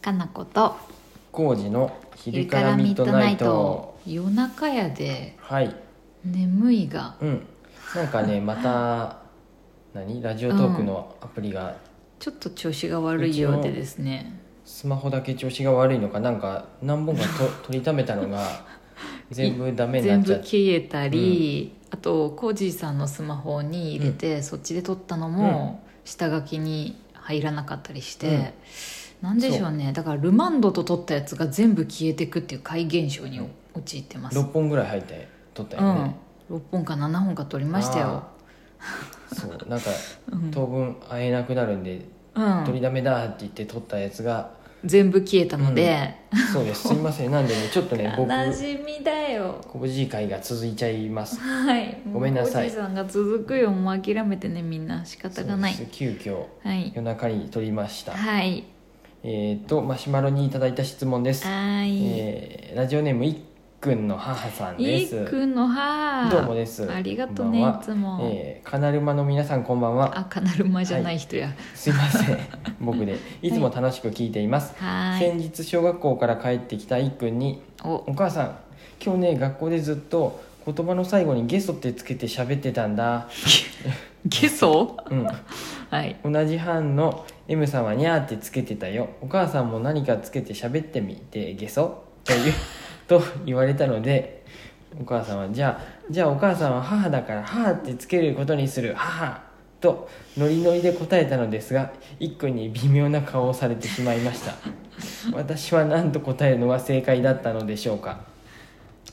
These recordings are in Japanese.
かなこと工事の昼昼かかららミミッッドドナナイイトト夜中やではい眠いがうんなんかねまた何ラジオトークのアプリがちょっと調子が悪いようでですねスマホだけ調子が悪いのかなんか何本かと取りためたのが 全部ダメにな全っ部ちゃって消えたり、あとコージーさんのスマホに入れて、そっちで撮ったのも下書きに入らなかったりして、なんでしょうねだからルマンドと撮ったやつが全部消えてくっていう怪現象に陥ってます、 6本ぐらい入って取ったうよんね、、 6本か7本か撮りましたよそうなんか うん当分会えなくなるんでうん取りだめだって言って取ったや つが全部消えたので、そうですすいませんなんでねちょっと ね僕悲しみだよ工事会が続いちゃいますはいごめんなさいおじさんが続くよもう諦めてねみんな仕方がないそうです急遽はい夜中に撮りましたはいえっとマシュマロにいただいた質問です、はいえーラジオネームいっくんの母さんいでっすくんのはどうもですありがとうねこんばんいはつも、えー、カナルマの皆さんこんばんはあカナルマじゃない人やすいま せん僕でいつも楽しく聞いています、はーい先日小学校から帰ってきたいっくんに「おお母さん今日ね学校でずっと言葉の最後にゲソってつけて喋ってたんだ」ゲソうんはい同じ班の M さんはにゃーってつけてたよお母さんも何かつけて喋ってみてゲソという と言われたのでお母さんはじゃあじゃあお母さんは母だから母ってつけることにする母とノリノリで答えたのですが一個に微妙な顔をされてしまいました 私は何と答えるのが正解だったのでしょうか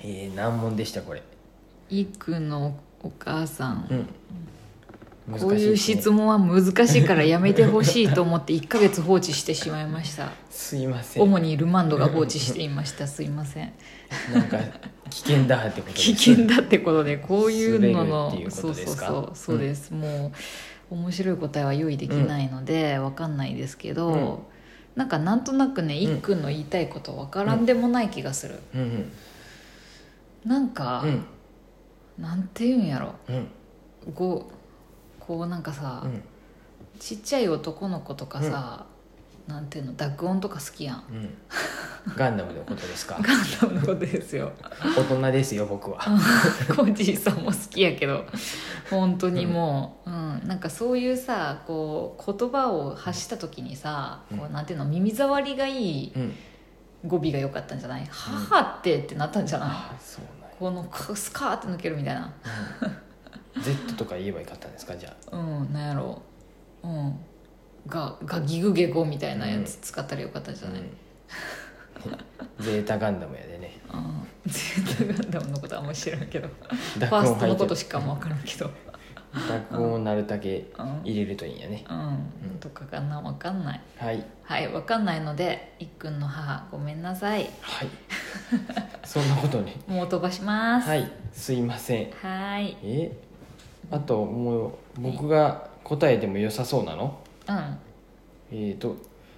えー、難問でしたこれいっくんのお母さんうん難しこういうですね質問は難しいからやめてほしいと思って1ヶ月放置してしまいま したすいません主にルマンドが放置していましたすいませんなんか危険だってことです危険だってこと でこういうの滑るっていのうこそうそとでうすかそうそうです、もう面白い答えは用意できないのでわかんないですけど、うんなんかなんとなくねいっくんの言いたいことわからんでもない気がする、うんうんなんか、うんなんていうんやろうんこうこうなんかさ、うんちっちゃい男の子とかさ、なんていうの濁音とか好きやん うんガンダムのことですかガンダムのことですよ大人ですよ僕は コージーさんも好きやけど本当にもう、うんなんかそういうさこう言葉を発した時にさ、こううんなんていうの耳障りがいいうん語尾が良かったんじゃない「母って」ってなったんじゃない、あそうこのかスカーって抜けるみたいななんや、うん、Z とか言えばよかったんですかじゃうんなんやろううんががギグゲゴみたいなやつ使ったらよかったんじあ、ゃうない、ん、 ゼータガンダムやでねうん、ゼータガンダムのことはあんま知らんけどフ濁ァー音スト入のっこてとしかも分からんけど濁音をなるだけうん、入れるといいんやねうん、とかかな分かんないはいはい、わかんないので、いっくんの母、ごめんなさい。はいそんなことねもう飛ばします。。はいいすいませんはい。えあともう僕が答えても良さそうなのうん。えー、と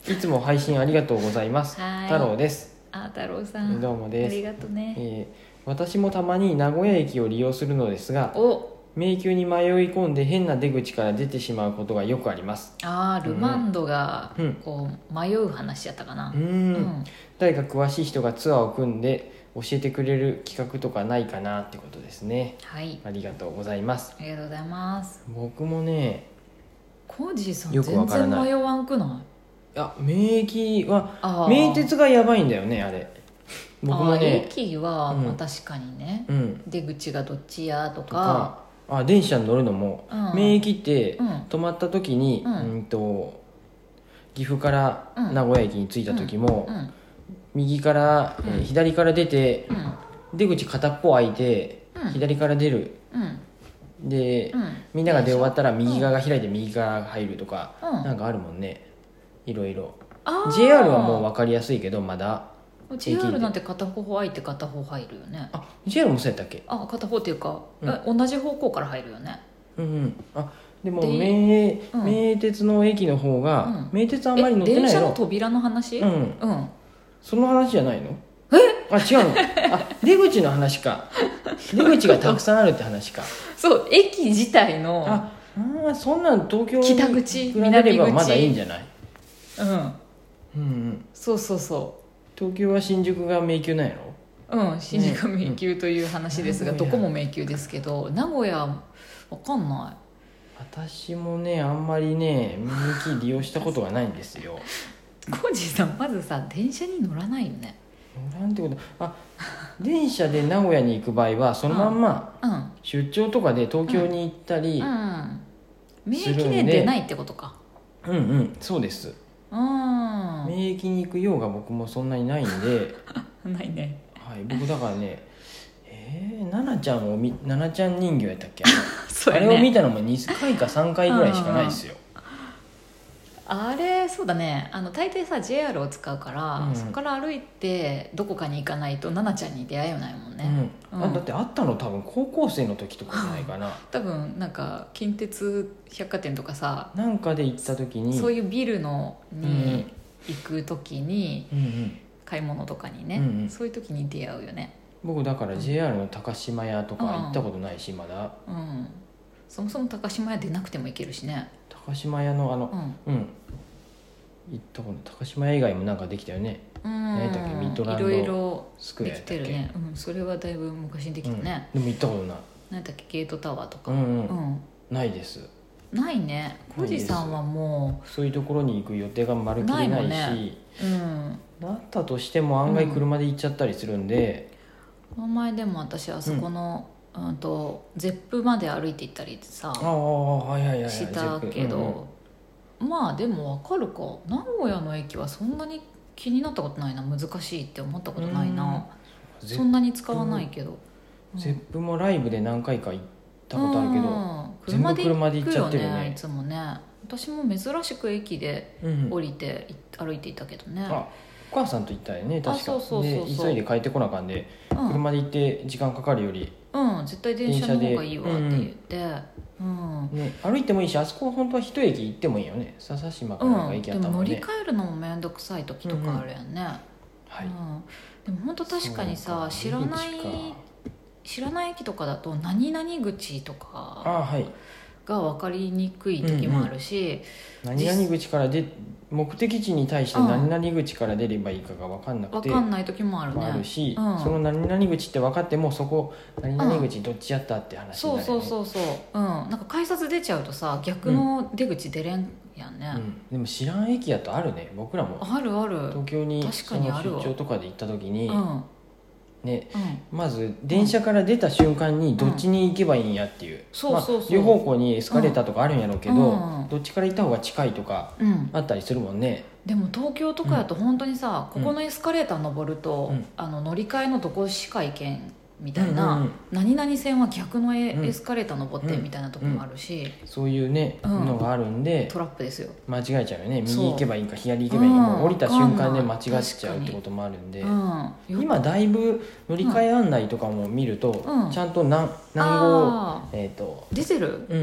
いつも配信ありがとうございますはい太郎ですあ、太郎さん。どうもですありがとね。えー私もたまに名古屋駅を利用するのですがお、迷宮に迷い込んで変な出口から出てしまうことがよくありますあー、ルマンドがうん、こう、迷う話やったかなう。うんん。誰か詳しい人がツアーを組んで教えてくれる企画とかないかなってことですねはい。ありがとうございますありがとうございます。僕もねコージーさん、よくわ全から然ない迷わんくない。あ免疫はあー名鉄がやばいんだよねあれ僕もあー、ね駅は、うんまあ、確かにね。うん出口がどっちやととかか。あ電車に乗るのもうん免疫ってうん。泊まった時に、ううんん、と岐阜からうん名古屋駅に着いた時も、うん。右から、えーうん左から出てうん。出口片っぽ開いて、うん左から出るうん。で、うん。みんなが出終わったら右側が開いて右側が入るとか、うんなんかあるもんねいろいろあー JR はもう分かりやすいけどまだ JR なんて片方入って片方入るよねあ JR もそうやったっけあ片方っていうか、うんえ同じ方向から入るよねうんうんあでもで名,、うん名鉄の駅の方が、うん名鉄あんまり乗えって電ない車のの扉の話うん、うんその話じゃないのあ違うのあ出口の話か出口がたくさんあるって話かそう駅自体のああーそんなん東京に北口比べれば南口まだいいんじゃないうんうんうんそうそうそ東京は新宿が迷宮なんやろううん新宿ね迷宮という話ですが、うんどこも迷宮ですけど名古屋わかんな私もねあんまりね迷宮利用したことがないんですよいコージーさんまずさ電車に乗らないよねなんてことあ電車で名古屋に行く場合はそのまんまうん出張とかで東京に行ったり、うん免するんで疫で出ないってことかうん、うんそうですうんな免疫に行く用が僕もそんなにないんで、いねはい、僕だからねえー、奈々ちゃんをみ奈々ちゃん人形やったっけ、 そあうやれを見ねたのも2回か3回ぐらいしかないですよあれそうだねあの大抵さ JR を使うから、うんそこから歩いてどこかに行かないと奈々ちゃんに出会えないもんね、うんうあんだってあったの多分高校生の時とかじゃないかな多分なんか近鉄百貨店とかさ、なんかで行った時にそういうビルのうんに行く時に、うんうん、買い物とかにね、うんうんそういう時に出会うよね僕だから JR の高島屋とか行ったことないしまだうんそもそも高島屋出なくても行けるしね高島屋のあうのんうん行ったこと高島屋以外もなんかできたよね何だっけミッドうんランいドろいろスクエでアきやったてっるけ、ね、うん、それはだいぶ昔にできうたん、でね、も行ったことないなんだっけゲートタワーとかう、んううんん、ないですないねコージーさんはもそういうところに行く予定がまるっきりないしなないもん,、うんったとしても案外車で行っちゃったりするんで、この前でも私あそこの、うん、とゼップまで歩いて行ったりさああはいはいはいはいしたけど、まあでも分かるか名古屋の駅はそんなに気になったことないな難しいって思ったことないな、ゼそんなに使わないけど、うんゼップもライブで何回か行ったことあるけうど、ん全部車で行くよ車で行っちゃってるねねいつもね私も珍しく駅でうんうん降りてい歩いていたけどね、あお母さんと行ったよね確あかそうそうそうそうで急いで帰ってこなあかんで、うん車で行って時間かかるより、うん、絶対電車の方がいいわって言って、うんね、歩いてもいいしあそこ本当は一駅行ってもいいよね笹島かなんかうん、駅であったも乗もんりね、換えるのも面倒くさい時とかあるよね、はういんでも本当確かにさ知そうらかない駅か知らない駅とかだと何々口とあかはいが分かりにくい時もあるし、何々口からで目的地に対してうん何々口から出ればいいかが分かんなくて、分かんない時もあるもあるねし、うんその何々口って分かってもそこ何々口どっちやったって話にそなうるそようねそうそううんなんか改札出ちゃうとさ逆の出口出れんやんうね、ん、でも知らん駅やとあるね僕らもあるあるうん東京に確そかにのあるわ出張とかで行った時に、うんねまず電車から出た瞬間にどっちに行けばいいんやっていう、そうまあそうそう両方向にエスカレーターとかあるんやろうけど、うんどっちから行った方が近いとかうん、あったりするもんねでも東京とかやと本当にさ、うんここのエスカレーター登ると、うんあの乗り換えのどこしか行けんみたいな、うんうんうん何々線は逆のエ,、うんスカレーター登ってみたいなとこもあるし、そういうね、うんのがあるんでトラップですよ、間違えちゃうよね右そう行けばいいか左行けばいいか、うんもう降りた瞬間でわ間違かんないっちゃうってこともあるんで、うん、今だいぶ乗り換え案内とかも見ると、うんちゃんと何何号あえっ、とー出てるうん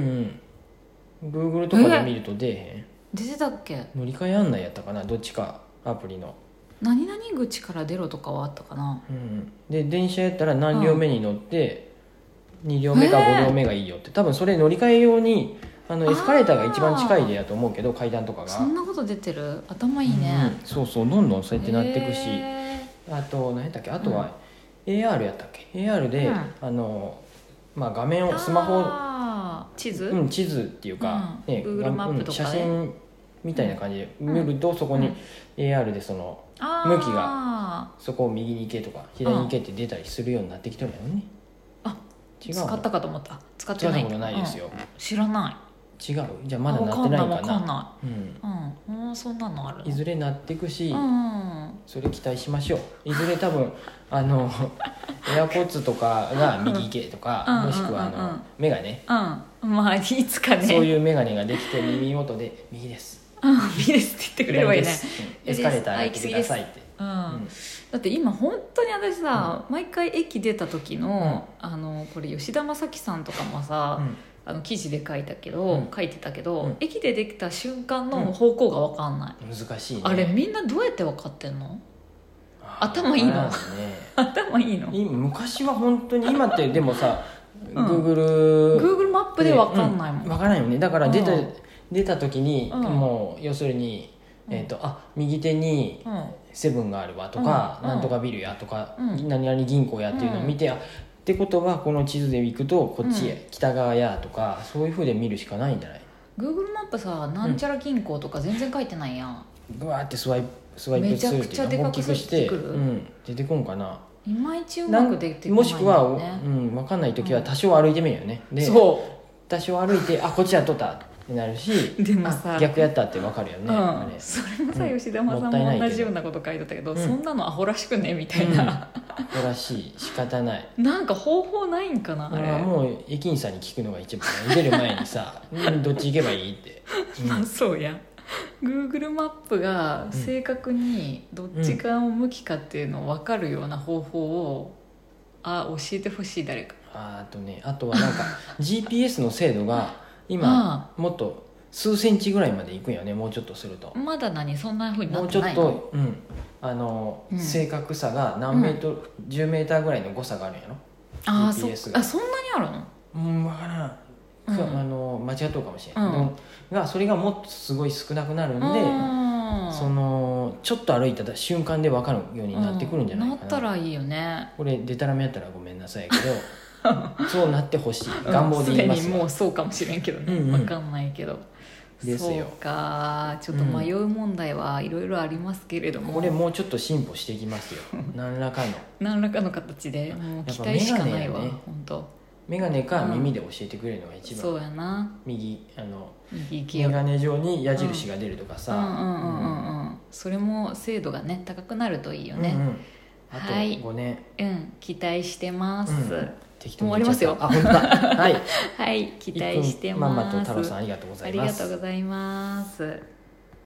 うん Google とかで見ると出えへん出てたっけ乗り換え案内やったかなどっちかアプリの、何々口から出ろとかはあったかなうんうん、で電車やったら何両目に乗って、2両目か5両目がいいよって多分それ乗り換え用にあのエスカレーターが一番近いでやと思うけど階段とかがそんなこと出てる頭いいうんね、うんそうそうどんどんそうやってなっていくし、へあと何やったっけあとは AR やったっけ AR で、うんあのまあ、画面ーをスマホ、あー地図、うん、地図っていうか、うんね Google がマップとかうん写真みたいな感じで見ると、そこうにん AR でその、あ向きがそこを右に行けとか左に行けって出たりするようになってきてるよねあ違う使ったのかと思った使って使っなたいことないです、よ、うん知らない違うじゃあまだなってないあかわかんななうんいわかんないうん、うん、そんなのあるいずれなっていくし、うんそれ期待しましょういずれ多分 あのエアポッツとかが右行けとか、うんもしくはあの、うんうんうんメガネうんまあいつかね そういうメガネができて耳元で「右です」うん「ビレス」って言ってくれればいいね左ですうんエスカレーター入ってください」って。うん、うんだって今本当に私さ、毎回駅出た時の、あのこれ吉田正樹さんとかもさ、うんあの記事で書いたけど、うん書いてたけど、うん駅でできた瞬間の方向が分かんない、難しいねあれみんなどうやって分かってん のあー頭いいのわからんね頭いいの今昔は本当に今ってでもさ、ん Google, Google マップで分かんないもん、う分からんよねだから出た、うん出た時に、うんもう要するにうんえっとあ右手にセブンがあるわとか、うんなんとかビルやとか、うん何々銀行やっていうのを見て、あってことはこの地図で行くとこっちへ、うん北側やとかそういうふうで見るしかないんじゃない Google マップさなんちゃら銀行とか全然書いてないやん、ぐわーってスワイプスワイプするっめちてゃくちゃいでうのか大くきするくして出てくるうん、出てこんかないまいちうまくできてこなもいんしだくは、よおねうん、分かんない時は多少歩いてみるよね、でそ多少歩いてあこっちやっとったってなるし でもさあ逆やったって分かるよう、ね、あうん、れそれもさ、うん吉田さんもったいないも同けどじようなこと書いてたけど、うんそんなのアホらしくねみたいな、誇らしい仕方ないなんか方法ないんかなあれ、あもう駅員さんに聞くのが一番ね出る前にさうんどっち行けばいいって、うんまあそうや Google マップが正確にどっち側の向きかっていうのを分かるような方法をあ教えてほしい誰かああとねあとはなんか GPS の精度が今もっと数センチぐらいまでいくんよねもうちょっとするとまだ何そんなふうになもうっちてょなっいのと、うん、あの、うん正確さが何メートル、10メーターぐらいの誤差があるんやろあー GPS そがあそんなにあるのうん分からん、うんくあの間違っとるかもしれない、うんでもがそれがもっとすごい少なくなるんで、あーそのちょっと歩いた瞬間で分かるようになってくるんじゃないかうな,、なったらいいよねこれでたらめやったらごめんなさいけ どそうなってほしいうん願望で言いますすでにもうそうかもしれんけどね、うんうん分かんないけどですよそうかちょっと迷う問題はいろいろありますけれども、これもうちょっと進歩していきますよ何らかの何らかの形でもう期待しかないわ、やっぱ眼鏡やね本当眼鏡か耳で教えてくれるのが一番、そうやな右あの右行け眼よ鏡状に矢印が出るとかさ、うんうんうんううんんうんそれも精度がね高くなるといいようんうねんあとはい5年、うん、期待してます、うん適当にもう終わりますよ言っちゃったあ本当だはい はい期待していっくんままんますと太郎さんありがとうござあいりまがすとうございます